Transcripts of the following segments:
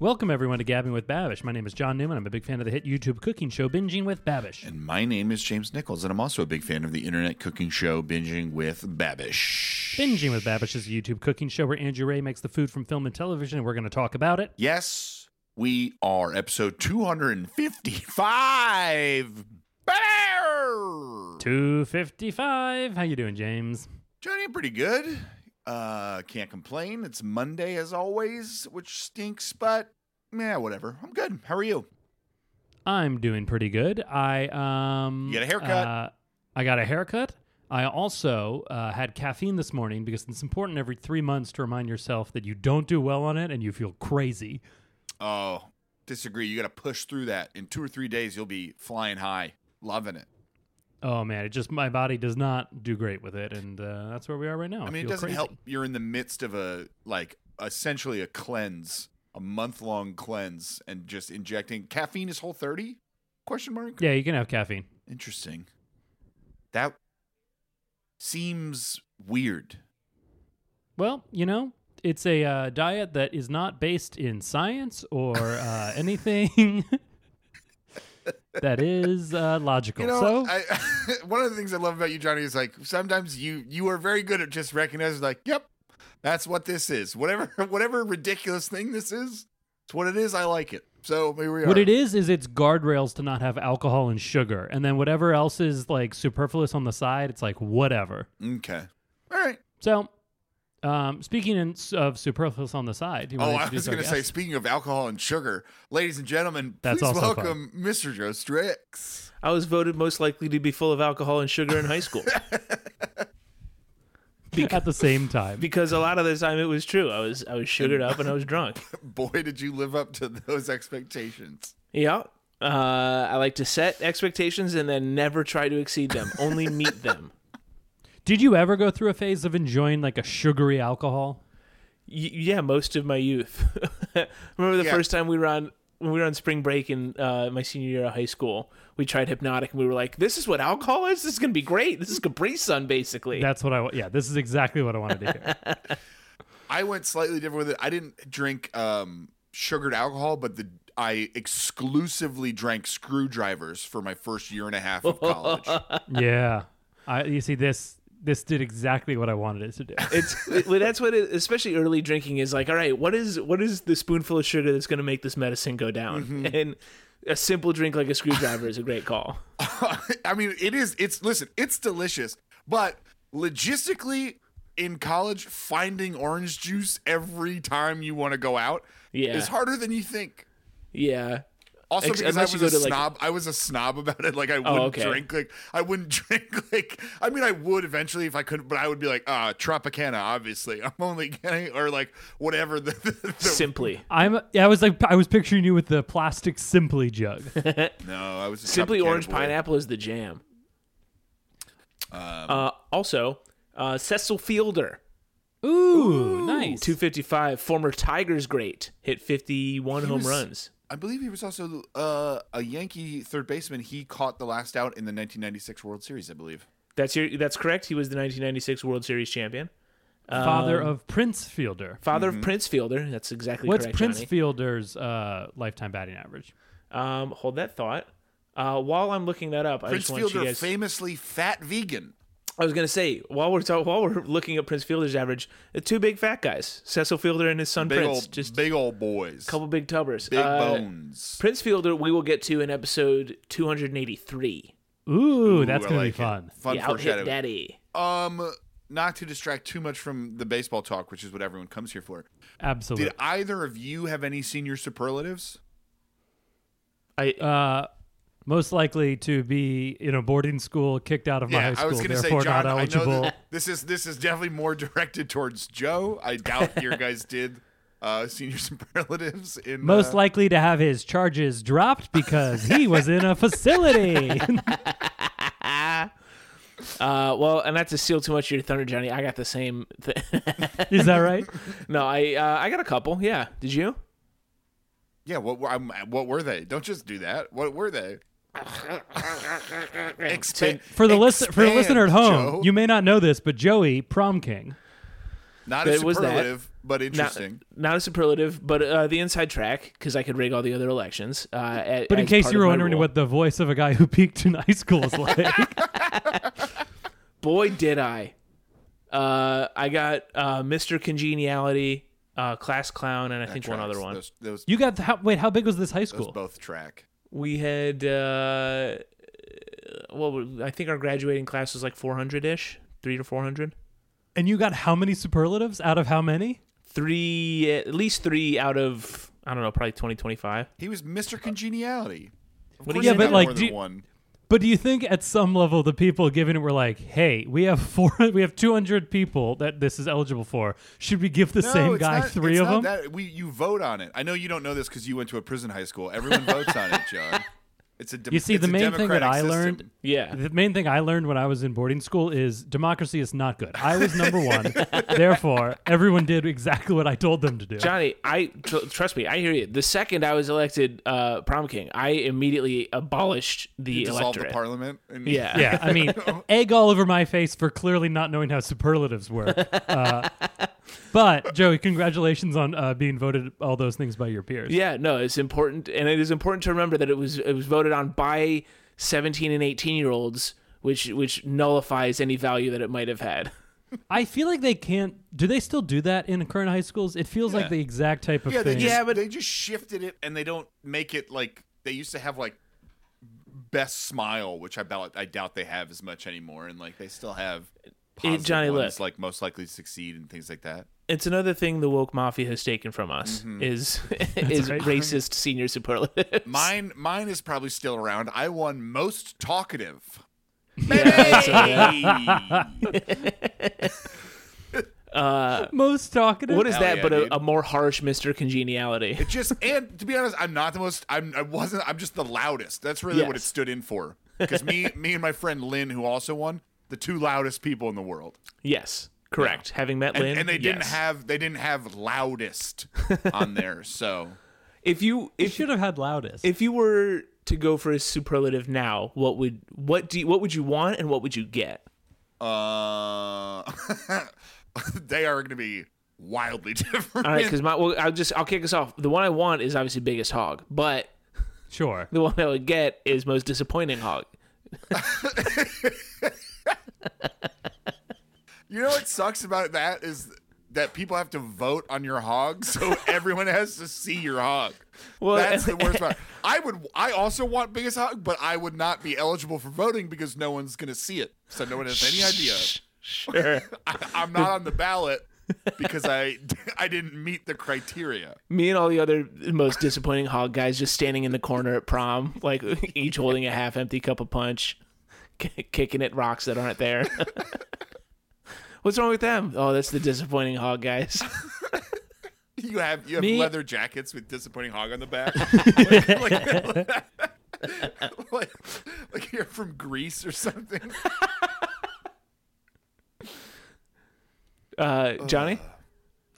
Welcome everyone to Gabbing with Babish. My name is John Newman. I'm a big fan of the hit YouTube cooking show Binging with Babish. And my name is James Nichols, and I'm also a big fan of the internet cooking show Binging with Babish. Binging with Babish is a YouTube cooking show where Andrew Ray makes the food from film and television, and we're going to talk about it. Yes, we are episode 255. Better! 255. How you doing, James? Johnny, I'm pretty good. Uh, can't complain. It's Monday as always, which stinks, but yeah, whatever. I'm good. How are you? I'm doing pretty good. I um You got a haircut. uh, I got a haircut. I also uh, had caffeine this morning because it's important every three months to remind yourself that you don't do well on it and you feel crazy. Oh, disagree. You got to push through that. In two or three days, you'll be flying high, loving it. Oh man, it just my body does not do great with it, and uh, that's where we are right now. I mean, it feel doesn't crazy. help. You're in the midst of a like essentially a cleanse, a month long cleanse, and just injecting caffeine is whole thirty? Question mark. Yeah, you can have caffeine. Interesting. That seems weird. Well, you know, it's a uh, diet that is not based in science or uh, anything that is uh, logical. You know, so I, one of the things I love about you, Johnny, is like sometimes you you are very good at just recognizing, like, yep, that's what this is. Whatever whatever ridiculous thing this is, it's what it is. I like it. So here we are. What it is is it's guardrails to not have alcohol and sugar, and then whatever else is like superfluous on the side, it's like whatever. Okay. All right. So, um, speaking in, of superfluous on the side, do you want Oh, to I introduce was our going to say, guest? speaking of alcohol and sugar, ladies and gentlemen, That's please also fun. welcome Mr. Joe Strix. I was voted most likely to be full of alcohol and sugar in high school at the same time. because a lot of the time it was true. I was I was sugared up and I was drunk. Boy, did you live up to those expectations. Yeah. Uh, I like to set expectations and then never try to exceed them. Only meet them. Did you ever go through a phase of enjoying like a sugary alcohol? Y- yeah, most of my youth. Remember the Yeah. first time we were on when we were on spring break in uh, my senior year of high school. We tried hypnotic and we were like, "This is what alcohol is. This is gonna be great. This is Capri Sun, basically." That's what I. wa- Yeah, this is exactly what I wanted to hear. I went slightly different with it. I didn't drink um, sugared alcohol, but the I exclusively drank screwdrivers for my first year and a half of college. yeah, I, you see this. This did exactly what I wanted it to do. it's it- well, that's what it, especially early drinking is like all right what is what is the spoonful of sugar that's going to make this medicine go down Mm-hmm. and a simple drink like a screwdriver is a great call I mean, it is. It's listen. It's delicious, but logistically, in college, finding orange juice every time you want to go out Yeah. is harder than you think. yeah Also, Ex- because I unless you was a go to, like- snob, I was a snob about it. Like I wouldn't okay. drink. Like I wouldn't drink. Like I mean, I would eventually if I could, but I would be like, ah, Tropicana. Obviously, I'm only getting or like whatever the, the, the- simply I'm. Yeah, I was like, I was picturing you with the plastic Simply jug. no. I was a simply Tropicana orange boy. pineapple is the jam Um, uh, also uh, cecil fielder Ooh, nice. 255 former tigers great hit 51 home was- runs I believe he was also uh, a Yankee third baseman. He caught the last out in the 1996 World Series, I believe. that's your that's correct he was the 1996 world series champion Uh, Father Um, of Prince Fielder. father of prince fielder that's exactly Mm-hmm. What's correct Prince Johnny. Fielder's uh, lifetime batting average? Um, hold that thought. Uh, while I'm looking that up, I Prince just want Fielder, you guys. famously fat vegan. I was gonna say while we're talk- while we're looking at Prince Fielder's average, the two big fat guys, Cecil Fielder and his son Big Prince, old, just a big old boys. couple big tubbers. big Uh, bones. Prince Fielder, we will get to in episode 283. Ooh, that's Ooh, I gonna like be it. fun. Fun yeah, out hit foreshadowing. daddy. Um, not to distract too much from the baseball talk, which is what everyone comes here for. Absolutely. Did either of you have any senior superlatives? I uh, most likely to be in a boarding school, kicked out of my high I school, was going to say, therefore John. not I know eligible. that this is this is definitely more directed towards Joe. I doubt your guys did uh, senior superlatives in most uh, likely to have his charges dropped because he was in a facility. uh, well, and not to steal too much of your thunder, Johnny. I got the same. Th- Is that right? no, I uh, I got a couple. Yeah, did you? yeah. What were I'm, what were they? Don't just do that. What were they? Expa- For the listen, for the listener at expand, home, Joe. you may not know this, but Joey, prom king. not a It was that. superlative, but interesting. Not a superlative, but uh, the inside track because I could rig all the other elections. Uh, a- But in as case part you of were my wondering rule. what the voice of a guy who peaked in high school is like, boy did I. Uh, I got uh, Mr. Congeniality, uh, Class Clown, and I think one Tracks. other one. Those, those, you got the, how, wait. How big was this high those school? both track. We had uh, well, I think our graduating class was like 400 ish, three to 400. And you got how many superlatives out of how many? Three, at least three out of I don't know, probably 20, 25. He was Mr. Congeniality. Of What do course you he mean? Yeah, but, got like, more do than you- one. But do you think at some level the people giving it were like, "Hey, we have four, we have two hundred people that this is eligible for. Should we give the No, same it's guy not- three it's of not them?" That. We you vote on it. I know you don't know this because you went to a prison high school. Everyone votes on it, John. It's a. dem- You see, it's the a main thing that democratic I system. learned, Yeah. the main thing I learned when I was in boarding school is democracy is not good. I was number one, therefore everyone did exactly what I told them to do. Johnny, I tr- trust me. I hear you. The second I was elected uh, prom king, I immediately abolished the You dissolve the electorate. parliament. And yeah, yeah, I mean, egg all over my face for clearly not knowing how superlatives work. Uh, but Joey, congratulations on uh, being voted all those things by your peers. Yeah, no, it's important, and it is important to remember that it was it was voted on by seventeen and eighteen year olds, which which nullifies any value that it might have had. I feel like they can't. Do they still do that in current high schools? It feels Yeah. like the exact type of Yeah, they thing. just, Yeah, but- they just shifted it and they don't make it like they used to have like best smile, which I doubt I doubt they have as much anymore, and like they still have positive Johnny, ones look. like most likely to succeed and things like that. It's another thing the woke mafia has taken from us Mm-hmm. is is right. racist senior superlatives. Mine mine is probably still around. I won most talkative. Hey! Most talkative. What is Hell that? yeah, but dude. a, a more harsh Mister Congeniality. It just and to be honest, I'm not the most. I'm I wasn't. I'm just the loudest. That's really what it Yes. stood in for. Because me, me and my friend Lynn, who also won, the two loudest people in the world, Yes, correct. Having met and, Lynn, and they didn't yes. have they didn't have loudest on there. So If you You if should have had loudest. if you were to go for a superlative now, what would what do you, what would you want and what would you get? uh, they are going to be wildly different. All right, because my well, I'll just I'll kick us off. The one I want is obviously biggest hog, but sure. the one I would get is most disappointing hog. you know what sucks about that is that people have to vote on your hog, so everyone has to see your hog. Well, That's the worst part. I would. I also want biggest hog, but I would not be eligible for voting because no one's going to see it, so no one has any idea. Sure. I, I'm not on the ballot because I I didn't meet the criteria. Me and all the other most disappointing hog guys just standing in the corner at prom, like each holding a half empty cup of punch, k- kicking at rocks that aren't there. What's wrong with them? Oh, that's the disappointing hog guys. You have you have Me- leather jackets with disappointing hog on the back. like, like- like- like you're from Greece or something. Uh, Johnny,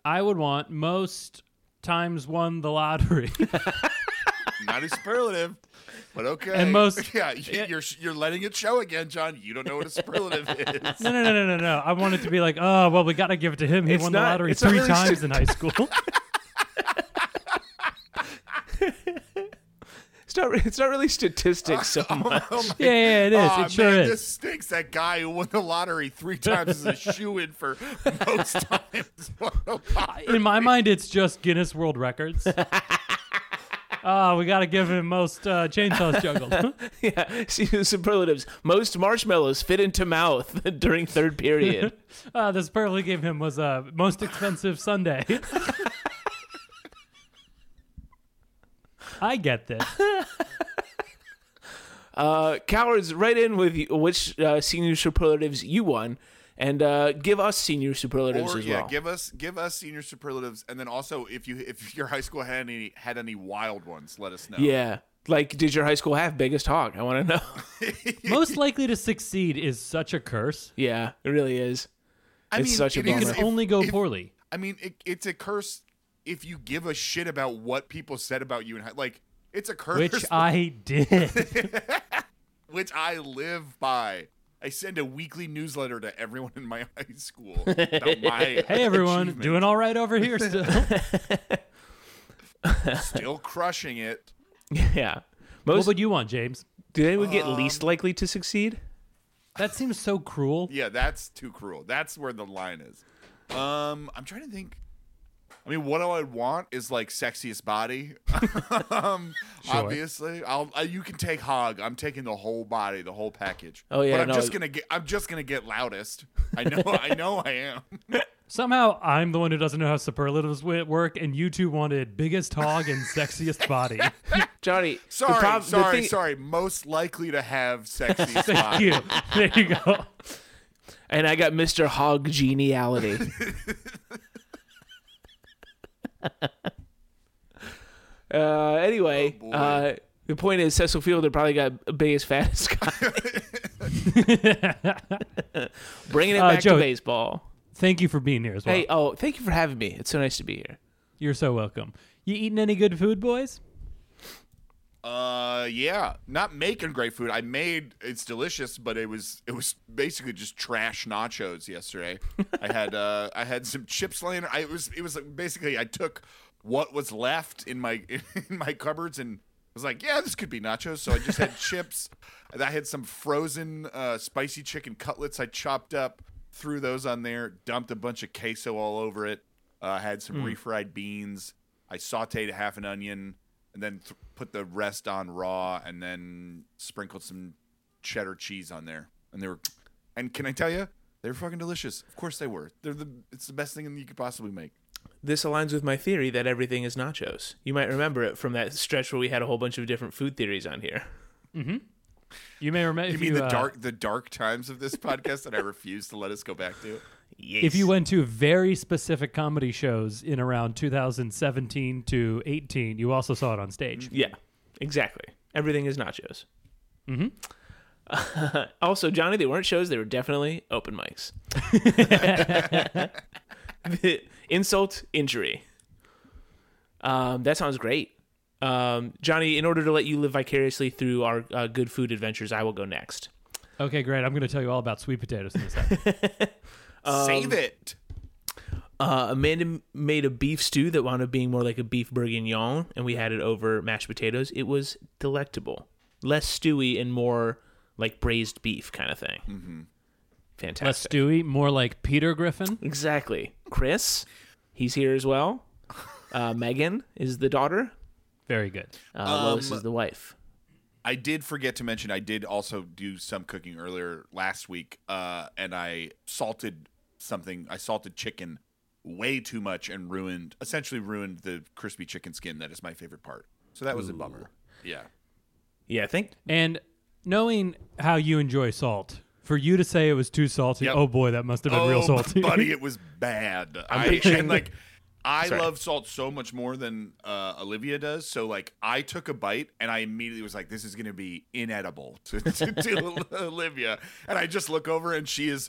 I would want most times won the lottery. Not a superlative, but okay. And most- yeah, you, you're you're letting it show again, John. You don't know what a superlative is. no, no, no, no, no, no. I want it to be like, oh, well, we got to give it to him. He It's won not- the lottery it's not three really times stu- in high school. it's not it's not really statistics so much. yeah, yeah, it is. Aw, it sure man, is. this stinks. That guy who won the lottery three times is a shoe in for most times. won the lottery. In my mind, it's just Guinness World Records. Oh, we got to give him most uh, chainsaws juggled. Yeah, see the superlatives. Most marshmallows fit into mouth during third period. uh, this perfectly gave him was uh, most expensive Sunday. I get this. uh, cowards, write in with you, which uh, senior superlatives you won, and uh, give us senior superlatives or as yeah, well. give us give us senior superlatives, and then also if you if your high school had any had any wild ones, let us know. yeah, like did your high school have biggest hog? I want to know. Most likely to succeed is such a curse. yeah, it really is. I It's such a it is- It bummer. can If- only go poorly. I mean, it, it's a curse if you give a shit about what people said about you and high, like it's a curse Which I did. which I live by. I send a weekly newsletter to everyone in my high school about my Hey everyone, achievements. doing all right over here still. still crushing it. yeah. what Most would you want, James? do they would get Um, least likely to succeed? That seems so cruel. Yeah, that's too cruel. That's where the line is. Um, I'm trying to think. I mean, what do I want is like sexiest body. um, obviously, I'll I, you can take hog. I'm taking the whole body, the whole package. Oh, yeah, but I'm no. just gonna get. I'm just gonna get loudest. I know. I know. I am. Somehow I'm the one who doesn't know how superlatives wi- work, and you two wanted biggest hog and sexiest body. Johnny, the Sorry. prob- the sorry. thing- sorry. Most likely to have sexiest Thank body. you. There you go. And I got Mr. Hog geniality. uh, anyway, boy. uh, the point is Cecil Fielder probably got biggest fattest guy. Bringing it Uh, back Joe- to baseball. Thank you for being here as well. Hey, oh, thank you for having me. It's so nice to be here. You're so welcome. You eating any good food, boys? Uh, yeah. Not making great food. I made it's delicious, but it was it was basically just trash nachos yesterday. I had uh I had some chips laying. I it was it was like basically I took what was left in my in my cupboards and was like, yeah, this could be nachos. So I just had chips. And I had some frozen uh, spicy chicken cutlets I chopped up, threw those on there, dumped a bunch of queso all over it. Uh, had some refried beans. I sauteed half an onion and then th- put the rest on raw and then sprinkled some cheddar cheese on there. And they were, and can I tell you, they were fucking delicious. Of course they were. They're the, it's the best thing you could possibly make. This aligns with my theory that everything is nachos. You might remember it from that stretch where we had a whole bunch of different food theories on here. You uh, may remember. You mean the dark, the dark times of this podcast that I refuse to let us go back to? Yes. If you went to very specific comedy shows in around 2017 to 18, you also saw it on stage. Yeah, exactly. Everything is nachos. Mm-hmm. also, Johnny, they weren't shows. They were definitely open mics. Insult, injury. Um, that sounds great. Um, Johnny, in order to let you live vicariously through our uh, good food adventures, I will go next. Okay, great. I'm going to tell you all about sweet potatoes in a second. Save it. Uh, Amanda m- made a beef stew that wound up being more like a beef bourguignon, and we had it over mashed potatoes. It was delectable, less stewy and more like braised beef kind of thing. Mm-hmm. Fantastic. Less Stewie, more like Peter Griffin. Exactly. Chris, he's here as well. Uh, Megan is the daughter. Very good. Uh, Lois is the wife. I did forget to mention I did also do some cooking earlier last week, uh, and I salted something. I salted chicken way too much and ruined, essentially ruined the crispy chicken skin. That is my favorite part. So that was a bummer. Yeah. Yeah, I think And knowing how you enjoy salt, for you to say it was too salty, Yep. oh boy, that must have been real Oh, salty. buddy, it was bad. i picturing- and like I Sorry. love salt so much more than uh, Olivia does. So like I took a bite and I immediately was like, "This is gonna be inedible to, to, to Olivia." And I just look over and she is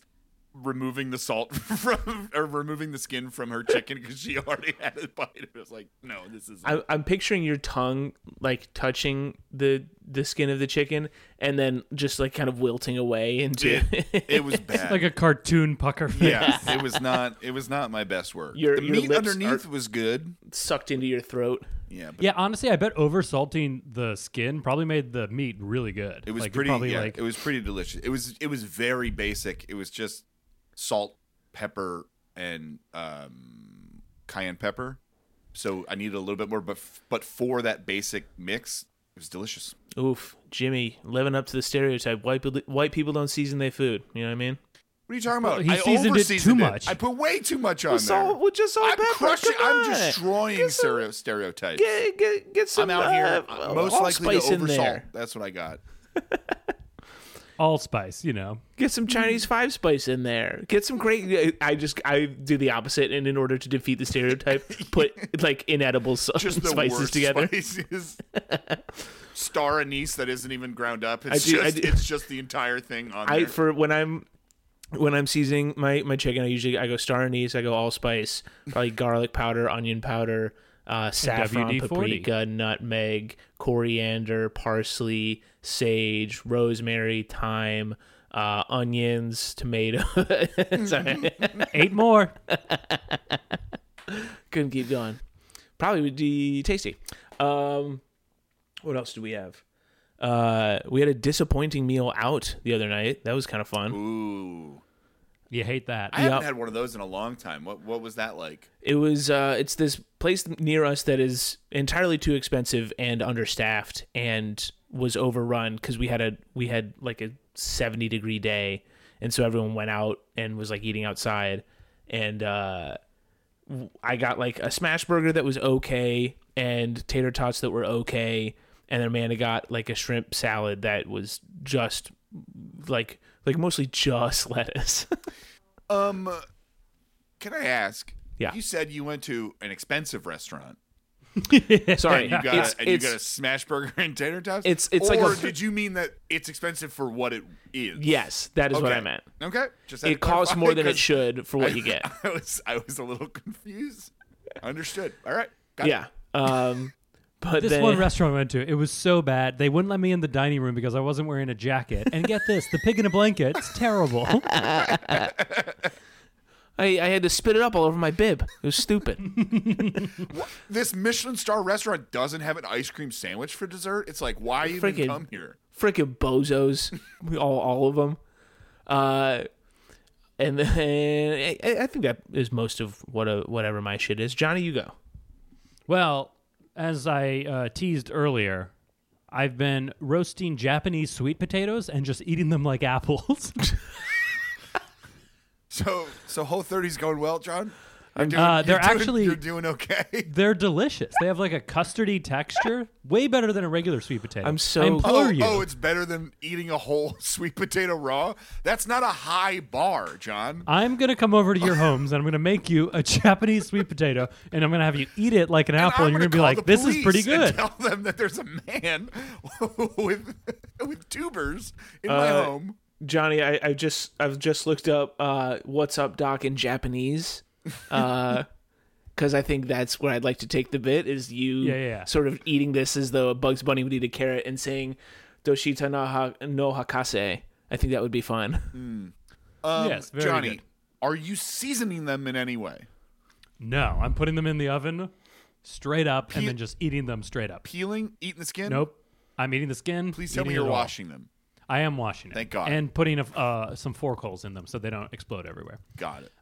removing the salt from or removing the skin from her chicken because she already had a bite. It was like, "No, this is." I, I'm picturing your tongue like touching the the skin of the chicken, and then just like kind of wilting away into. it, it was bad. like a cartoon pucker face. yeah, it was not. It was not my best work. Your- the your meat lips underneath was good. sucked into your throat. Yeah, but Yeah, honestly, I bet over salting the skin probably made the meat really good. It was Like, pretty. Probably yeah, like, it was pretty delicious. It was. It was very basic. It was just salt, pepper, and um, cayenne pepper. So I needed a little bit more, but f- but for that basic mix, it was delicious. Oof, Jimmy, living up to the stereotype. White people, white people don't season their food. You know what I mean? What are you talking about? he I seasoned it too overseasoned much. I put way too much on salt- there. with just salt I'm and pepper, crushing. come I'm on. destroying Get some- stereo- stereotypes. Get get get some. I'm out here uh, most likely to allspice in oversalt. there. That's what I got. allspice, you know. Get some Chinese five spice in there. Get some great. uh, I just I do the opposite, and in order to defeat the stereotype, put like inedible s- Just the spices worst together. Spices. Star anise that isn't even ground up. It's do- I just do- it's just the entire thing on I there. for when I'm when I'm seasoning my my chicken, I usually I go star anise, I go allspice, probably garlic powder, onion powder, uh, saffron, WD-40. paprika, nutmeg, coriander, parsley, sage, rosemary, thyme, uh, onions, tomatoes. Sorry, Eight more. couldn't keep going. Probably would be tasty. Um, what else do we have? Uh, we had a disappointing meal out the other night. That was kind of fun. Ooh. You hate that. I Yep. haven't had one of those in a long time. What what was that like? It was uh it's this place near us that is entirely too expensive and understaffed and was overrun cuz we had a we had like a 70 degree day and so everyone went out and was like eating outside and uh w- I got like a smash burger that was okay and tater tots that were okay and then Amanda got like a shrimp salad that was just like like mostly just lettuce. Um, can I ask? Yeah. You said you went to an expensive restaurant. Sorry. You got it's, and you it's- got a smash burger and tater tots. It's- it's or like a- did you mean that it's expensive for what it is? yes, that is what I Okay. meant. Okay. Just had to it costs clarify more than it 'cause should for what you get. I was I was a little confused. Understood. All right. Got yeah. Um, but This then, one restaurant I went to, it was so bad. They wouldn't let me in the dining room because I wasn't wearing a jacket. And get this, the pig in a blanket. It's terrible. I, I had to spit it up all over my bib. It was stupid. it. What? This Michelin star restaurant doesn't have an ice cream sandwich for dessert. It's like why even Freaking- come here? Freaking bozos, We all all of them. Uh, and then I, I think that is most of what a, whatever my shit is. Johnny, you go. well, as I uh, teased earlier, I've been roasting Japanese sweet potatoes and just eating them like apples. So so whole 30's going well, John. You're doing- Uh, they're you're doing- actually- you're doing okay. They're delicious. They have like a custardy texture, way better than a regular sweet potato. I'm so- I Oh, implore you. oh, it's better than eating a whole sweet potato raw. That's not a high bar, John. I'm gonna come over to your homes and I'm gonna make you a Japanese sweet potato and I'm gonna have you eat it like an apple I'm and Uh, you're gonna be gonna call like, the "This is police pretty And good." tell them that there's a man with with tubers in my Uh, home. Johnny, I, I just I've just looked up uh, "What's Up, Doc" in Japanese, because I think that's where I'd like to take the bit is you Yeah, yeah, yeah. sort of eating this as though a Bugs Bunny would eat a carrot and saying "Doshita no, ha- no hakase." I think that would be fun. Um, yes, very Johnny, good. are you seasoning them in any way? No, I'm putting them in the oven straight up and then just eating them straight up. Peeling, eating the skin? Nope. I'm eating the skin. Please tell me eating you're it all. washing them. I am washing it. Thank God. And putting a, uh, some fork holes in them so they don't explode everywhere. Got it.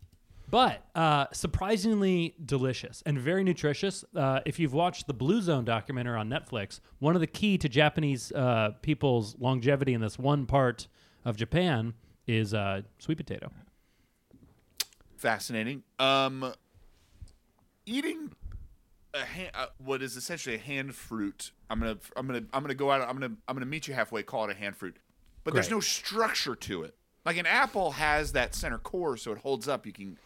But uh, surprisingly delicious and very nutritious. Uh, if you've watched the Blue Zone documentary on Netflix, one of the key to Japanese uh, people's longevity in this one part of Japan is uh, sweet potato. Fascinating. Um, eating a hand, uh, what is essentially a hand fruit. I'm gonna, I'm gonna, I'm gonna go out. I'm gonna, I'm gonna meet you halfway. Call it a hand fruit, but there's Great. no structure to it. Like an apple has that center core, so it holds up. You can.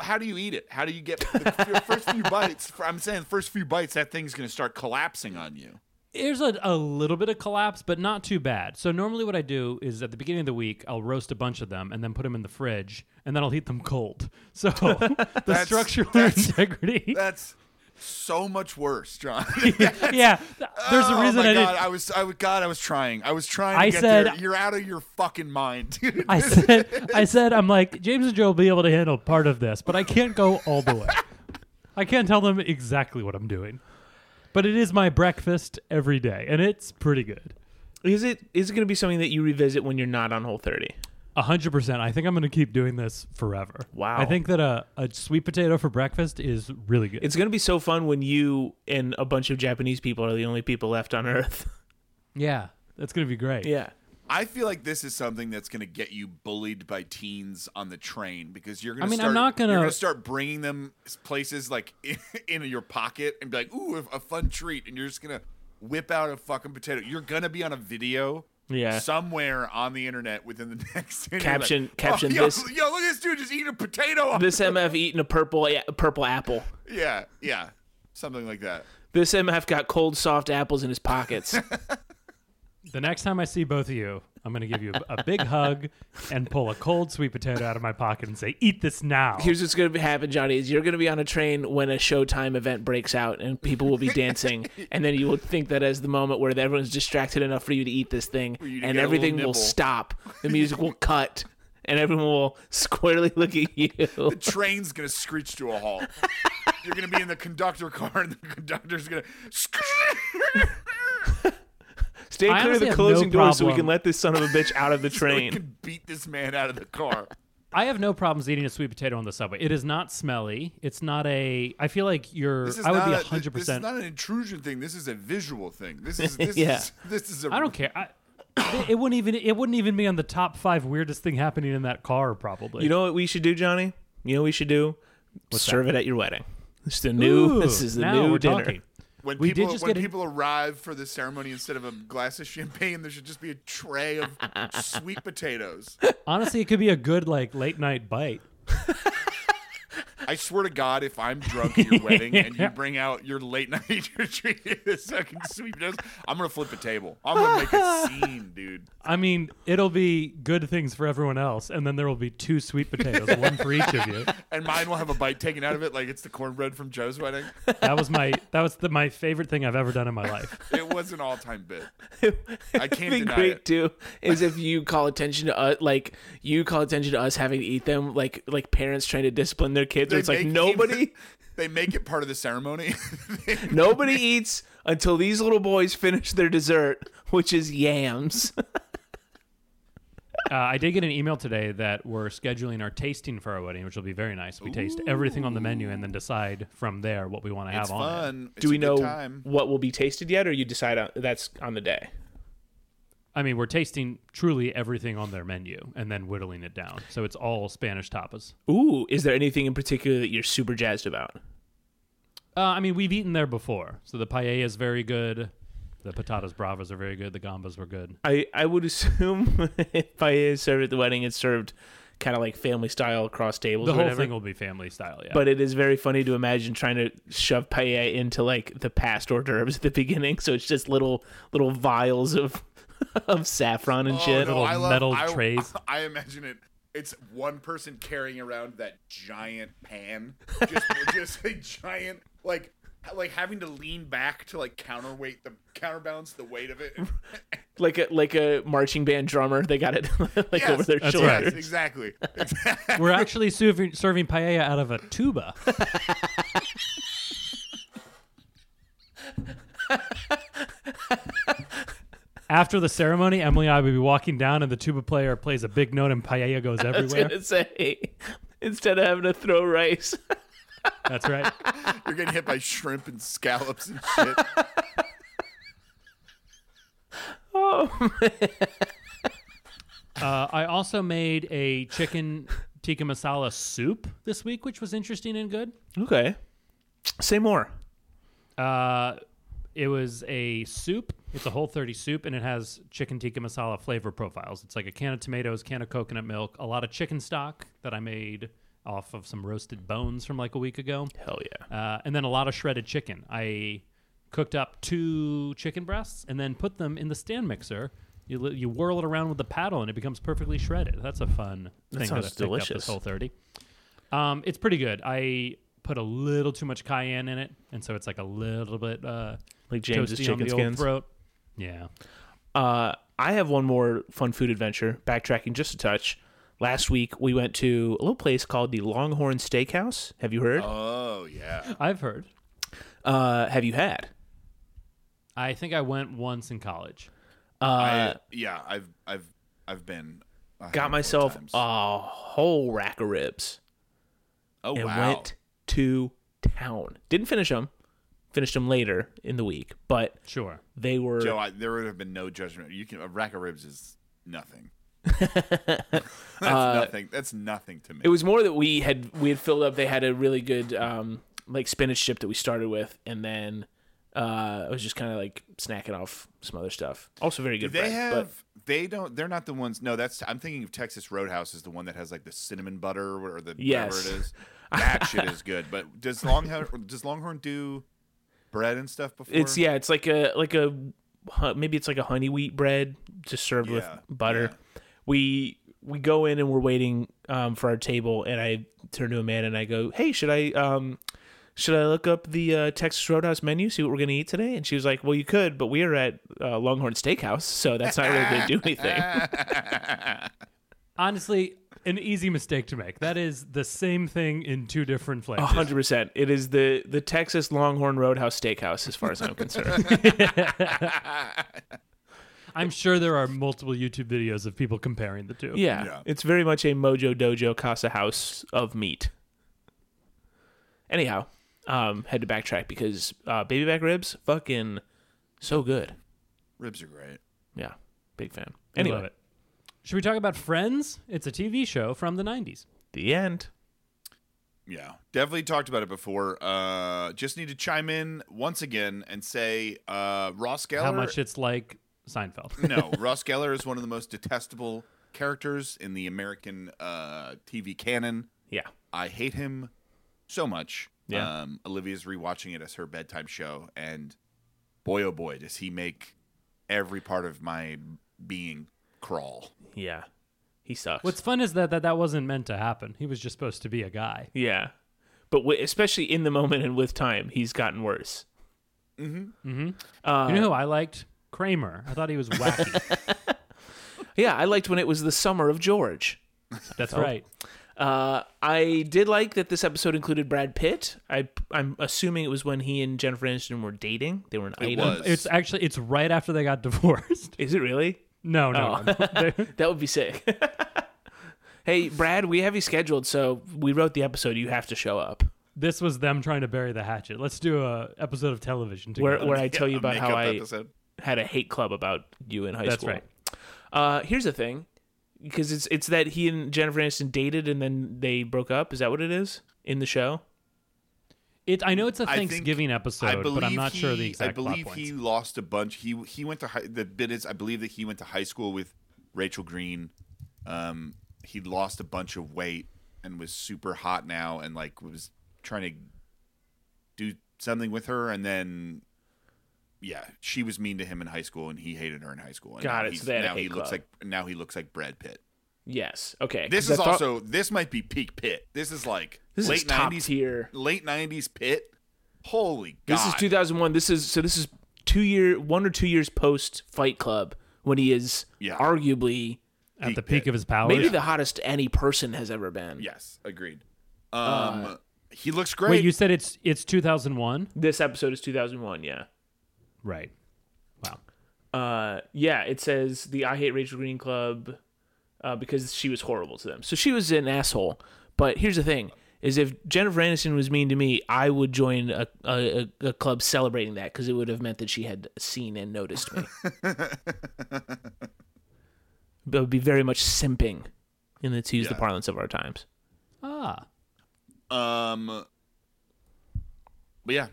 How do you eat it? How do you get the first few bites? I'm saying the first few bites, that thing's gonna start collapsing on you. There's a, a little bit of collapse, but not too bad. So normally, what I do is at the beginning of the week, I'll roast a bunch of them and then put them in the fridge, and then I'll eat them cold. So the That's- structural that's- integrity. That's so much worse, John. yeah, th- there's oh a reason my I God, didn't. I was, I was, God, I was trying. I was trying. I to get said- there. you're out of your fucking mind, dude. I said, I said, I'm like James and Joe will be able to handle part of this, but I can't go all the way. I can't tell them exactly what I'm doing, but it is my breakfast every day, and it's pretty good. Mm. Is it is it going to be something that you revisit when you're not on Whole 30? A hundred percent. I think I'm going to keep doing this forever. Wow. I think that a, a sweet potato for breakfast is really good. It's going to be so fun when you and a bunch of Japanese people are the only people left on Earth. yeah, that's going to be great. yeah. I feel like this is something that's going to get you bullied by teens on the train because you're going to. I mean, I'm start, not gonna- You're going to start bringing them places like in your pocket and be like, "Ooh, a, a fun treat," and you're just going to whip out a fucking potato. You're going to be on a video. Yeah. Somewhere on the internet within the next and you're like, Caption- "Oh, caption yo, this- Yo, look at this dude just eating a potato. off-" This MF eating a purple a purple apple. yeah, yeah, something like that. This MF got cold, soft apples in his pockets. the next time I see both of you, I'm going to give you a, a big hug and pull a cold sweet potato out of my pocket and say, "Eat this now." Here's what's going to happen, Johnny, is you're going to be on a train when a Showtime event breaks out and people will be dancing. and then you will think that as the moment where everyone's distracted enough for you to eat this thing you to and get a everything little nibble. will stop. The music will cut and everyone will squarely look at you. Train's gonna screech to a halt. You're gonna be in the conductor car, and the conductor's gonna. Stay I clear of honestly the have closing no door so we problem. can let this son of a bitch out of the You train. can beat this man out of the car. I have no problems eating a sweet potato on the subway. It is not smelly. It's not a. I feel like you're. This is I would not be a- hundred This is percent. not an intrusion thing. This is a visual thing. This is this Yeah. is this is a. I don't care. I, it, it wouldn't even. It wouldn't even be on the top five weirdest thing happening in that car. Probably. You know what we should do, Johnny? You know what we should do? Serve it at your wedding. This is the new. Ooh, this is the now new we're dinner. talking. When We did people just when get a- people arrive for the ceremony, instead of a glass of champagne, there should just be a tray of sweet potatoes. Honestly, it could be a good like late night bite. I swear to God, if I'm drunk at your wedding and you bring out your late night retreat this fucking sweet potatoes, I'm gonna flip a table. I'm gonna make a scene, dude. I mean, it'll be good things for everyone else, and then there will be two sweet potatoes, one for each of you. And mine will have a bite taken out of it, like it's the cornbread from Joe's wedding. That was my that was the, my favorite thing I've ever done in my life. It was an all-time bit. I can't It'd be deny great it. too is if you call attention to us, like you call attention to us having to eat them, like like parents trying to discipline their kids. where it's like make- nobody, They make it part of the ceremony. nobody eats until these little boys finish their dessert, which is yams. Uh, I did get an email today that we're scheduling our tasting for our wedding, which will be very nice. We taste everything on the menu and then decide from there what we want to have it's on it. fun. It's Do we a good know Time. what will be tasted yet, or you decide on, that's on the day? I mean, we're tasting truly everything on their menu and then whittling it down. So it's all Spanish tapas. Ooh, is there anything in particular that you're super jazzed about? Uh, I mean, we've eaten there before, so the paella is very good. The patatas bravas are very good. The gambas were good. I, I would assume if I is served at the wedding, it's served kind of like family style across tables. The or whole whatever. thing will be family style. Yeah. But it is very funny to imagine trying to shove paella into like the past hors d'oeuvres at the beginning. So it's just little little vials of of saffron and Oh, shit. Oh, no. little metal trays. I, imagine it. It's one person carrying around that giant pan, just just a giant like like having to lean back to like counterweight the counterbalance the weight of it. Like a like a marching band drummer, they got it like Yes, over their that's shoulder. right. Yes, exactly. Exactly. We're actually serving, serving paella out of a tuba. After the ceremony, Emily and I will be walking down, and the tuba player plays a big note, and paella goes I was everywhere. gonna say instead of having to throw rice. That's right. You're getting hit by shrimp and scallops and shit. Oh Uh, I also made a chicken tikka masala soup this week, which was interesting and good. Okay. Say more. Uh, it was a soup. It's a whole 30 soup, and it has chicken tikka masala flavor profiles. It's like a can of tomatoes, can of coconut milk, a lot of chicken stock that I made off of some roasted bones from like a week ago, Hell yeah. uh, and then a lot of shredded chicken. I cooked up two chicken breasts and then put them in the stand mixer. You, li- you whirl it around with the paddle and it becomes perfectly shredded. That's a fun That thing sounds that I picked up delicious. this whole 30. Um, it's pretty good. I put a little too much cayenne in it, and so it's like a little bit uh, Like James's toasty on chicken the old skins. throat. Yeah, Uh, I have one more fun food adventure, backtracking just a touch. Last week, we went to a little place called the Longhorn Steakhouse. Have you heard? Oh yeah. I've heard. Uh, have you had? I think I went once in college. I, yeah, I've I've I've been a handful Uh, Got of myself times. a whole rack of ribs oh and wow. went to town. Didn't finish them. Finished them later in the week, but Sure. they were Joe, I, there would have been no judgment. You can a rack of ribs is nothing. Uh, That's nothing. That's nothing to me. It was more that we had we had filled up. They had a really good um, like spinach chip that we started with, and then uh, I was just kind of like snacking off some other stuff. Also very good. they bread, have. but They don't. They're not the ones. No, that's. I'm thinking of Texas Roadhouse is the one that has like the cinnamon butter or whatever- the Yes. whatever it is. That shit is good. But does Longhorn does Longhorn do bread and stuff before? it's yeah, it's like a like a hu- maybe it's like a honey wheat bread just served with Yeah, butter. We we go in and we're waiting um, for our table, and I turn to a man and I go, "Hey, should I um, should I look up the uh, Texas Roadhouse menu, see what we're gonna eat today?" And she was like, "Well, you could, but we are at uh, Longhorn Steakhouse, so that's not really gonna do anything." Honestly, an easy mistake to make. That is the same thing in two different A flavors. hundred percent. It is the the Texas Longhorn Roadhouse Steakhouse, as far as I'm concerned. I'm sure there are multiple YouTube videos of people comparing the two. Yeah, Yeah. it's very much a Mojo Dojo Casa House of meat. Anyhow, um, had to backtrack because uh, baby back ribs, fucking so good. Ribs are great. Yeah, big fan. I Anyway, love it. Should we talk about Friends? It's a TV show from the 90s. the end. Yeah, definitely talked about it before. Uh, just need to chime in once again and say uh, Ross Geller. How much it's like Seinfeld. no, Ross Geller is one of the most detestable characters in the American uh, TV canon. Yeah, I hate him so much. Yeah. Um, Olivia's rewatching it as her bedtime show, and boy, oh boy, does he make every part of my being crawl. yeah, he sucks. What's fun is that, that that wasn't meant to happen. He was just supposed to be a guy. yeah, but w- especially in the moment and with time, he's gotten worse. Uh, you know who I liked? Kramer. I thought he was wacky. Yeah, I liked when it was the summer of George. That's right. Uh, I did like that this episode included Brad Pitt. I I'm assuming it was when he and Jennifer Aniston were dating. They were an It item. was. It's actually it's right after they got divorced. Is it really? No, no. no. Oh. They- That would be sick. hey, Brad, we have you scheduled, so we wrote the episode. You have to show up. this was them trying to bury the hatchet. Let's do a episode of television together. Where where I tell you A about how makeup I episode. had a hate club about you in high That's school. right. Uh, here's the thing, because it's it's that he and Jennifer Aniston dated and then they broke up. Is that what it is in the show? It, I know it's a I think- Thanksgiving episode, I believe but I'm not he, sure the exact I believe plot he points. lost a bunch. He he went to high, the bit is I believe that he went to high school with Rachel Green. Um, he lost a bunch of weight and was super hot now, and like was trying to do something with her, and then yeah, she was mean to him in high school, and he hated her in high school. And God, now it's he's- that now hate he looks club. like now he looks like Brad Pitt. Yes. Okay. This 'Cause I is thought- also this might be peak Pitt. This is like This is late top 90s tier. late nineties Pitt. Holy god! This is 2001. This is so. This is two year, one or two years post Fight Club, when he is Yeah. arguably At the peak of his powers. maybe the hottest any person has ever been. Yes, agreed. Um, he looks Uh, great. Wait, you said it's it's 2001? This episode is 2001. Yeah. Right. Wow. Uh, yeah. It says the I Hate Rachel Green Club, uh, because she was horrible to them. So she was an asshole. But here's the thing: is if Jennifer Aniston was mean to me, I would join a a, a, a club celebrating that because it would have meant that she had seen and noticed me. that would be very much simping, and it's use the Yeah. parlance of our times. Ah. um, but yeah,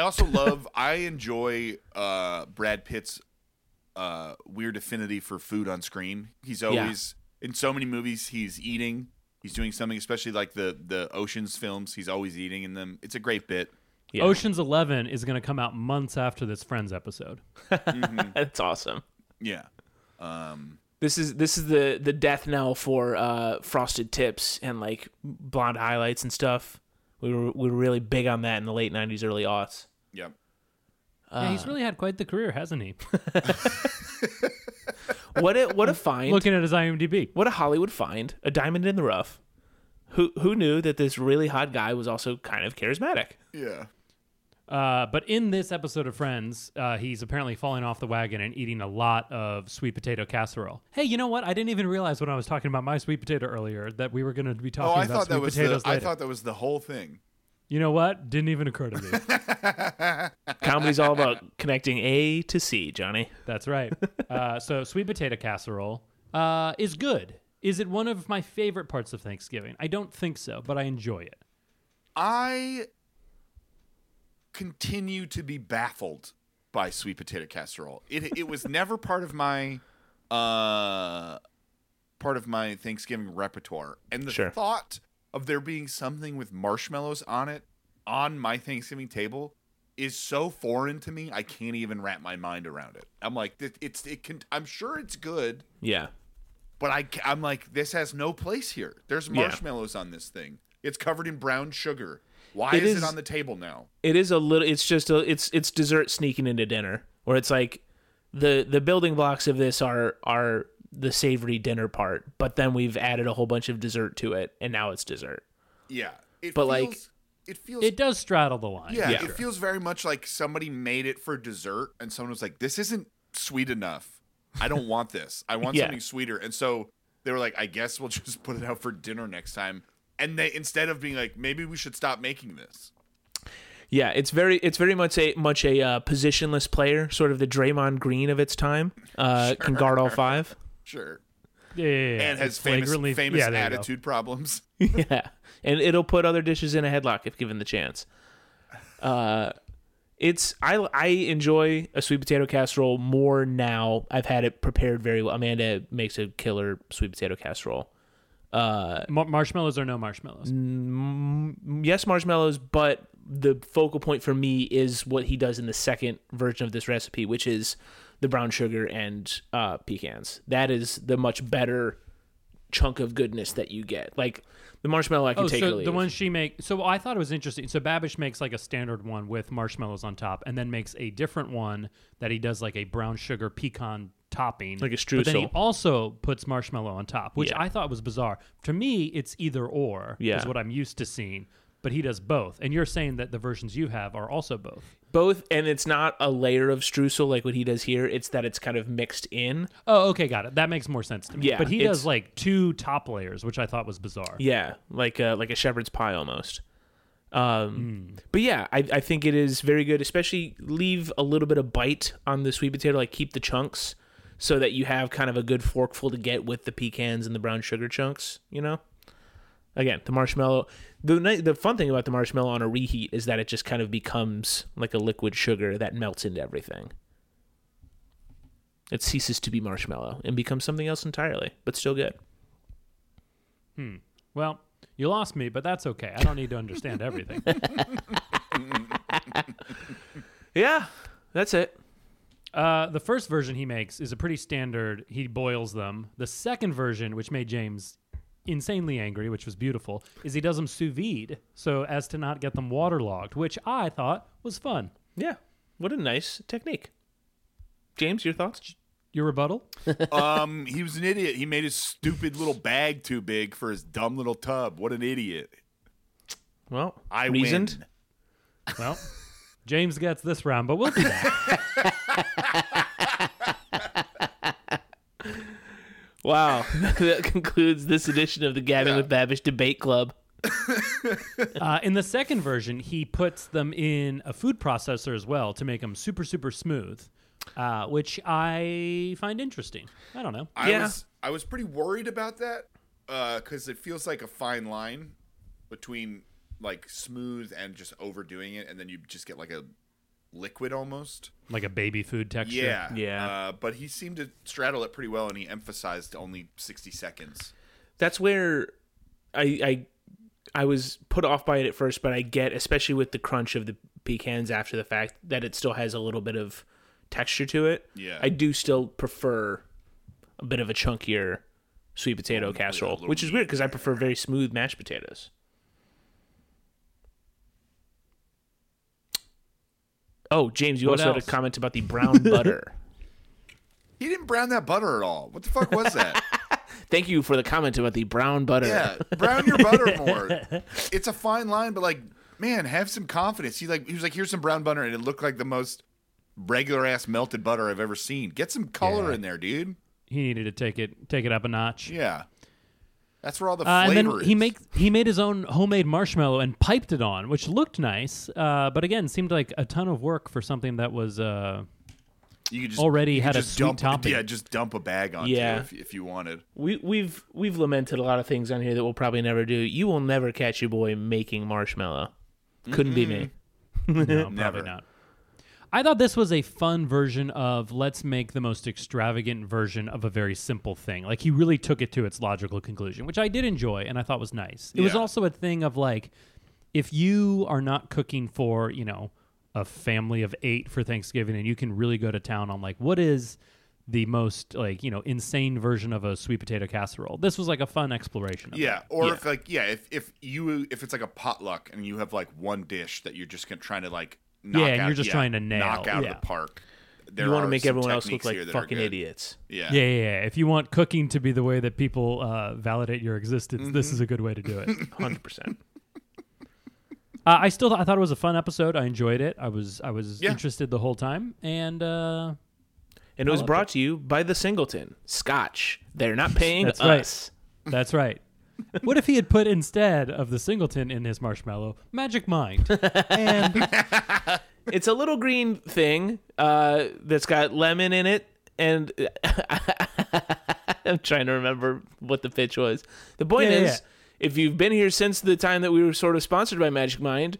also love. I enjoy uh, Brad Pitt's uh, weird affinity for food on screen. He's always in so many movies. He's eating. He's doing something, especially like the the Ocean's films. He's always eating in them. It's a great bit. Yeah. Ocean's 11 is going to come out months after this Friends episode. That's awesome. Yeah, Um, This is this is the the death knell for uh, frosted tips and like blonde highlights and stuff. We were we were really big on that in the late '90s, early aughts. yeah. yeah, he's really had quite the career, hasn't he? What a what a find! Looking at his IMDb. what a Hollywood find! A diamond in the rough. Who who knew that this really hot guy was also kind of charismatic? Yeah. Uh, but in this episode of Friends, uh, he's apparently falling off the wagon and eating a lot of sweet potato casserole. Hey, you know what? I didn't even realize when I was talking about my sweet potato earlier that we were going to be talking Oh, I about thought sweet that was the, potatoes I later. thought that was the whole thing. You know what? Didn't even occur to me. Comedy's all about connecting A to C, Johnny. That's right. Uh, so sweet potato casserole uh, is good. Is it one of my favorite parts of Thanksgiving? I don't think so, but I enjoy it. I continue to be baffled by sweet potato casserole. It it was never part of my uh part of my Thanksgiving repertoire. And the Sure. thought of there being something with marshmallows on it on my Thanksgiving table is so foreign to me. I can't even wrap my mind around it. I'm like, it- it's it can. I'm sure it's good, Yeah. but I ca- I'm like, this has no place here. There's marshmallows on this thing. It's covered in brown sugar. Why It is is- it on the table now? It is a little it's just a it's it's dessert sneaking into dinner where it's like the the building blocks of this are are the savory dinner part, but then we've added a whole bunch of dessert to it and now it's dessert. Yeah, it But, feels, like, it feels It does straddle the line. Yeah, Yeah. it feels very much like somebody made it for dessert and someone was like, this isn't sweet enough. I don't want this. I want Yeah. something sweeter. And so they were like, I guess we'll just put it out for dinner next time. And they instead of being like, maybe we should stop making this. Yeah, it's very it's very much a much a uh, positionless player, sort of the Draymond Green of its time. Uh, Can guard all five. Sure. Yeah, yeah, yeah, yeah. And has It's famous flagrantly- famous yeah, there you go. attitude problems. yeah, and it'll put other dishes in a headlock if given the chance. Uh, it's I I enjoy a sweet potato casserole more now. I've had it prepared very well. Amanda makes a killer sweet potato casserole. Mar- marshmallows or no marshmallows? Mm, yes, marshmallows, but the focal point for me is what he does in the second version of this recipe, which is the brown sugar and uh, pecans. That is the much better chunk of goodness that you get. Like the marshmallow, I can Oh, take or so leave. the one she make. So I thought it was interesting. So Babish makes like a standard one with marshmallows on top, and then makes a different one that he does like a brown sugar pecan topping, Like a But then he streusel. also puts marshmallow on top, which Yeah. I thought was bizarre. To me, it's either or. Yeah. is what I'm used to seeing. But he does both, and you're saying that the versions you have are also both. both and it's not a layer of streusel like what he does here it's that it's kind of mixed in Oh, okay, got it. That makes more sense to me. Yeah, but he it's- does like two top layers, which I thought was bizarre. yeah like a, like a shepherd's pie almost um but yeah I, I think it is very good especially leave a little bit of bite on the sweet potato like keep the chunks so that you have kind of a good forkful to get with the pecans and the brown sugar chunks you know again the marshmallow the ni- the fun thing about the marshmallow on a reheat is that it just kind of becomes like a liquid sugar that melts into everything it ceases to be marshmallow and becomes something else entirely but still good Well, you lost me, but that's okay. I don't need to understand everything. yeah that's it Uh, the first version he makes is a pretty standard. He boils them. The second version, which made James insanely angry, which was beautiful, is he does them sous vide so as to not get them waterlogged, which I thought was fun. Yeah. What a nice technique. James, your thoughts? Your rebuttal? um, he was an idiot. He made his stupid little bag too big for his dumb little tub. What an idiot. Well, I reasoned. win. Well, James gets this round, but we'll see that. Wow. that concludes this edition of the Gabbing with Babish Debate Club. Uh, in the second version, he puts them in a food processor as well to make them super, super smooth, uh, which I find interesting. I don't know. I Yeah. was I was pretty worried about that because it feels like a fine line between like smooth and just overdoing it, and then you just get like a liquid almost. Like a baby food texture. Yeah, Yeah. Uh, but he seemed to straddle it pretty well, and he emphasized only sixty seconds. That's where I I I was put off by it at first, but I get, especially with the crunch of the pecans after the fact, that it still has a little bit of texture to it. Yeah. I do still prefer a bit of a chunkier sweet potato casserole, little which is weird because I prefer very smooth mashed potatoes. Oh, James, you What also had else? a comment about the brown butter. He didn't brown that butter at all. What the fuck was that? Thank you for the comment about the brown butter. yeah, brown your butter more. It's a fine line, but like, man, have some confidence. He like he was like, here's some brown butter, and it looked like the most regular ass melted butter I've ever seen. Get some color in there, dude. He needed to take it take it up a notch. Yeah. That's where all the Uh, and flavor then is. he make he made his own homemade marshmallow and piped it on, which looked nice, uh, but again seemed like a ton of work for something that was. Uh, you could just, already you could had a just sweet dump, topping. Yeah, just dump a bag onto Yeah. it if, if you wanted. We we've we've lamented a lot of things on here that we'll probably never do. You will never catch your boy making marshmallow. Couldn't Mm-hmm. be me. no, Never. probably not. I thought this was a fun version of let's make the most extravagant version of a very simple thing. Like he really took it to its logical conclusion, which I did enjoy and I thought was nice. It was Yeah. also a thing of like if you are not cooking for, you know, a family of eight for Thanksgiving, and you can really go to town on like what is the most like you know insane version of a sweet potato casserole. This was like a fun exploration. Of it. Yeah, or if like yeah, if if you if it's like a potluck and you have like one dish that you're just gonna trying to like knock Yeah, and out- you're just trying to nail, knock out yeah. of the park. There you want are to make some everyone else look techniques like here that are fucking good. idiots. Yeah. Yeah, yeah, yeah. If you want cooking to be the way that people uh, validate your existence, Mm-hmm. this is a good way to do it. Hundred percent. Uh, I still I thought it was a fun episode. I enjoyed it. I was I was Yeah. interested the whole time, and uh, And it was loved brought to you by the Singleton Scotch. They're not paying That's right. us. that's right. what if he had put instead of the singleton in his marshmallow magic mind? And It's a little green thing uh, that's got lemon in it, and I'm trying to remember what the pitch was. The point Yeah, yeah, is, yeah. if you've been here since the time that we were sort of sponsored by Magic Mind,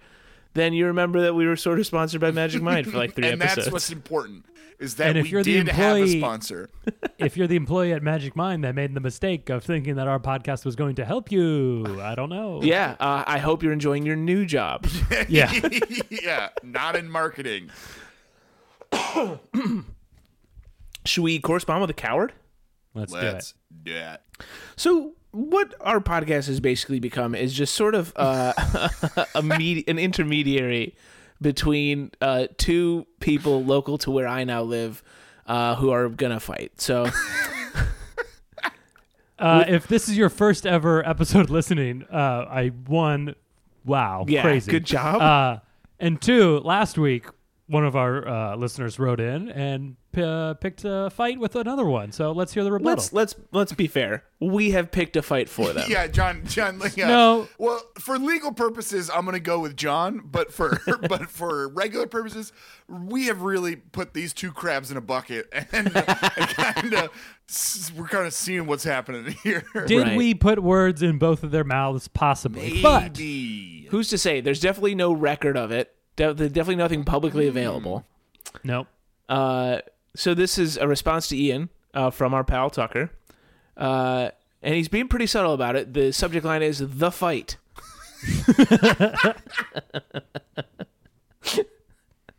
then you remember that we were sort of sponsored by Magic Mind for like three and episodes. that's what's important is that And if we you're the did have a employee- sponsor. if you're the employee at Magic Mind that made the mistake of thinking that our podcast was going to help you, I don't know. yeah, uh, I hope you're enjoying your new job. yeah. yeah, not in marketing. Should we correspond with a coward? Let's, Let's do do it. So what our podcast has basically become is just sort of uh, a med- an intermediary between uh, two people local to where I now live uh, who are gonna fight. So it. Uh, if this is your first ever episode listening, uh, I won. Wow, yeah, crazy. good job. Uh, and two, last week, one of our uh, listeners wrote in and p- uh, picked a fight with another one. So let's hear the rebuttal. let's let's let's be fair. We have picked a fight for them. Yeah, John. John. like, Yeah. No. Well, for legal purposes, I'm gonna go with John. But for but for regular purposes, we have really put these two crabs in a bucket, and, kind of we're kind of seeing what's happening here. Did Right. we put words in both of their mouths? Possibly. But Maybe. Who's to say? There's definitely no record of it. De- there's definitely nothing publicly available. nope. Uh, so this is a response to Ian uh, from our pal Tucker, uh, and he's being pretty subtle about it. The subject line is the fight.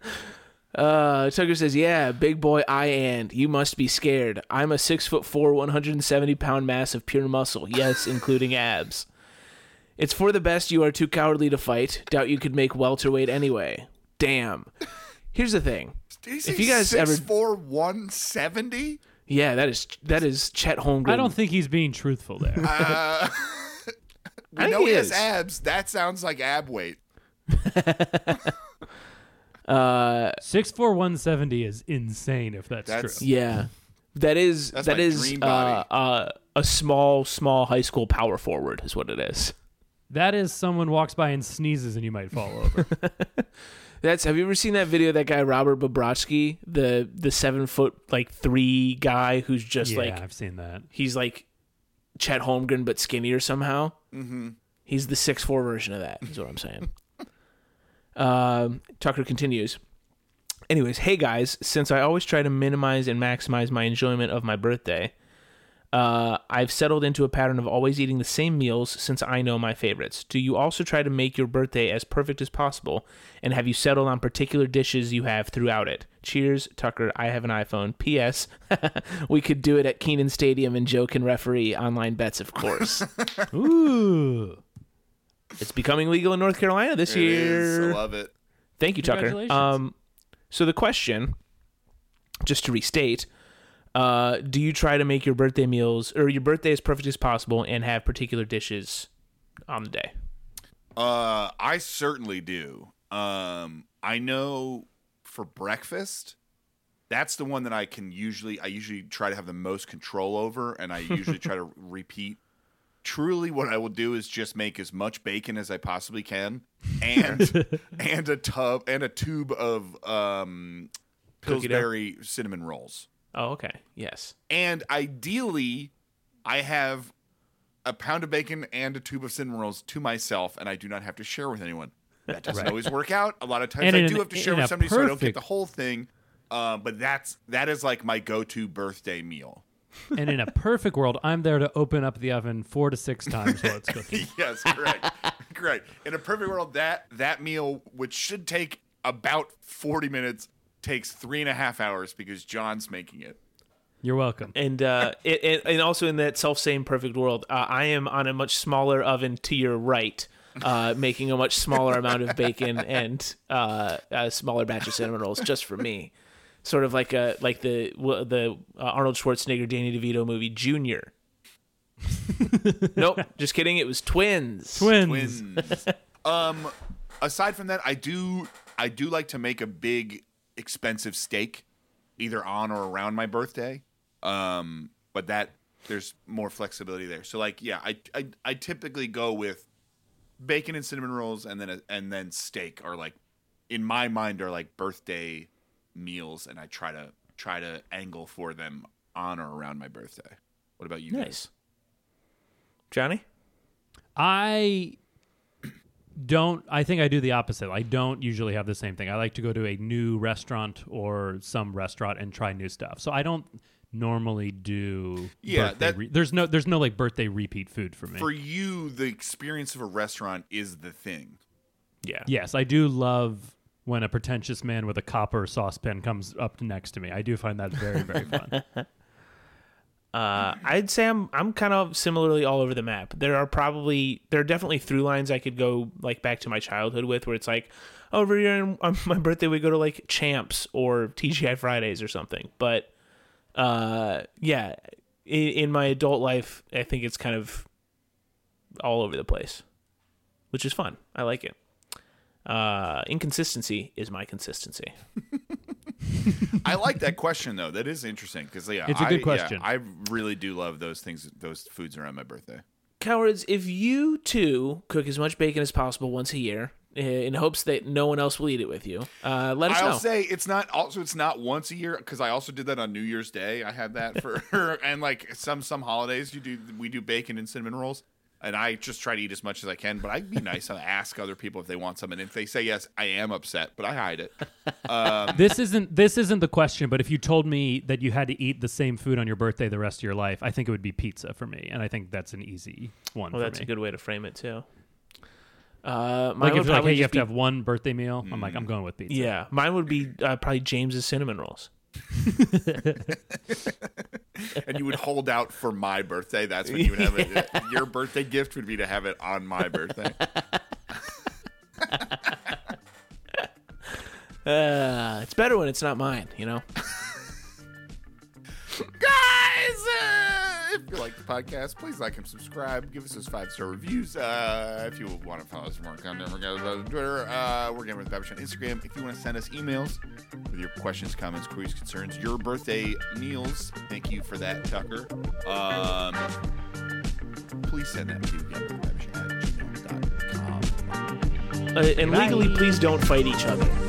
uh, Tucker says, "Yeah, big boy, I and you must be scared. I'm a six foot four, 170 pound mass of pure muscle. Yes, including abs." It's for the best you are too cowardly to fight. Doubt you could make welterweight anyway. Damn. Here's the thing. Did he if you guys ever- six four one seventy? Yeah, that is that is Chet Holmgren. I don't think he's being truthful there. We think know he he has is. abs. That sounds like ab weight. Uh, Six four one seventy is insane. If that's, That's- true. Yeah, that is That's that my is, dream uh, body. uh, a small small high school power forward is what it is. That is someone walks by and sneezes and you might fall over. That's have you ever seen that video? of That guy Robert Bobrovsky, the the seven foot like three guy who's just yeah, like I've seen that. he's like Chet Holmgren but skinnier somehow. Mm-hmm. He's the six four version of that. Is what I'm saying. um, Tucker continues. Anyways, hey guys, since I always try to minimize and maximize my enjoyment of my birthday, uh, I've settled into a pattern of always eating the same meals since I know my favorites. Do you also try to make your birthday as perfect as possible? And have you settled on particular dishes you have throughout it? Cheers, Tucker. I have an iPhone. P.S. we could do it at Keenan Stadium and Joe can referee online bets, of course. Ooh. it's becoming legal in North Carolina this It year. is. I love it. Thank you, Tucker. Congratulations. Um, so the question, just to restate, uh, do you try to make your birthday meals or your birthday as perfect as possible and have particular dishes on the day? Uh, I certainly do. Um, I know for breakfast, that's the one that I can usually. I usually try to have the most control over, and I usually try to repeat. Truly, what I will do is just make as much bacon as I possibly can, and and a tub and a tube of um, Cookie dough? Pillsbury cinnamon rolls. Oh, okay. Yes. And ideally, I have a pound of bacon and a tube of cinnamon rolls to myself, and I do not have to share with anyone. That doesn't always work out. A lot of times, And I in do an- have to share in with a somebody, so I don't get perfect- the whole thing. Um, but that's that is like my go-to birthday meal. and in a perfect world, I'm there to open up the oven four to six times while it's cooking. yes, correct, correct. In a perfect world, that that meal, which should take about 40 minutes, takes three and a half hours because John's making it. You're welcome. and uh, it, it, and also in that self same perfect world, uh, I am on a much smaller oven to your right, uh, making a much smaller amount of bacon and uh, a smaller batch of cinnamon rolls just for me, sort of like a like the w- the uh, Arnold Schwarzenegger Danny DeVito movie Junior. nope, just kidding. It was twins. Twins. Wins. um, aside from that, I do I do like to make a big expensive steak, either on or around my birthday. Um, but that there's more flexibility there. So like, yeah, I I, I typically go with bacon and cinnamon rolls, and then a, and then steak are like in my mind are like birthday meals, and I try to try to angle for them on or around my birthday. What about you? guys? Nice, Johnny. I don't I think I do the opposite. I don't usually have the same thing. I like to go to a new restaurant or some restaurant and try new stuff. So I don't normally do Yeah, birthday that- re- there's no there's no like birthday repeat food for me. For you, the experience of a restaurant is the thing. Yeah. yes, I do love when a pretentious man with a copper saucepan comes up next to me. I do find that very very fun. Uh, I'd say I'm I'm kind of similarly all over the map. There are probably there are definitely through lines I could go like back to my childhood with, where it's like over here on, on my birthday we go to like Champs or TGI Fridays or something. But uh, yeah, in, in my adult life, I think it's kind of all over the place, which is fun. I like it. Uh, inconsistency is my consistency. I like that question though. That is interesting because yeah, It's a good I- yeah, question. I really do love those things, those foods around my birthday. cowards if you too cook as much bacon as possible once a year eh, in hopes that no one else will eat it with you uh, let us I'll know say it's not also it's not once a year because I also did that on New Year's Day. I had that for and like some some holidays you do we do bacon and cinnamon rolls. And I just try to eat as much as I can, but I'd be nice and ask other people if they want some. And if they say yes, I am upset, but I hide it. this isn't this isn't the question, but if you told me that you had to eat the same food on your birthday the rest of your life, I think it would be pizza for me, and I think that's an easy one well for that's me. a good way to frame it too uh, mine like if would you're like, probably hey, you have to just have one birthday meal, I'm like, I'm going with pizza. be- yeah mine would be uh, probably james's cinnamon rolls And you would hold out for my birthday. That's when you would have it. Your birthday gift would be to have it on my birthday. uh, it's better when it's not mine you know guys uh, if you like the podcast please like and subscribe give us those five star reviews uh, if you want to follow us for more content we're going to twitter uh, we're going to babish on instagram if you want to send us emails with your questions comments queries concerns your birthday meals thank you for that tucker um, please send that to gmail.com. uh, and legally please don't fight each other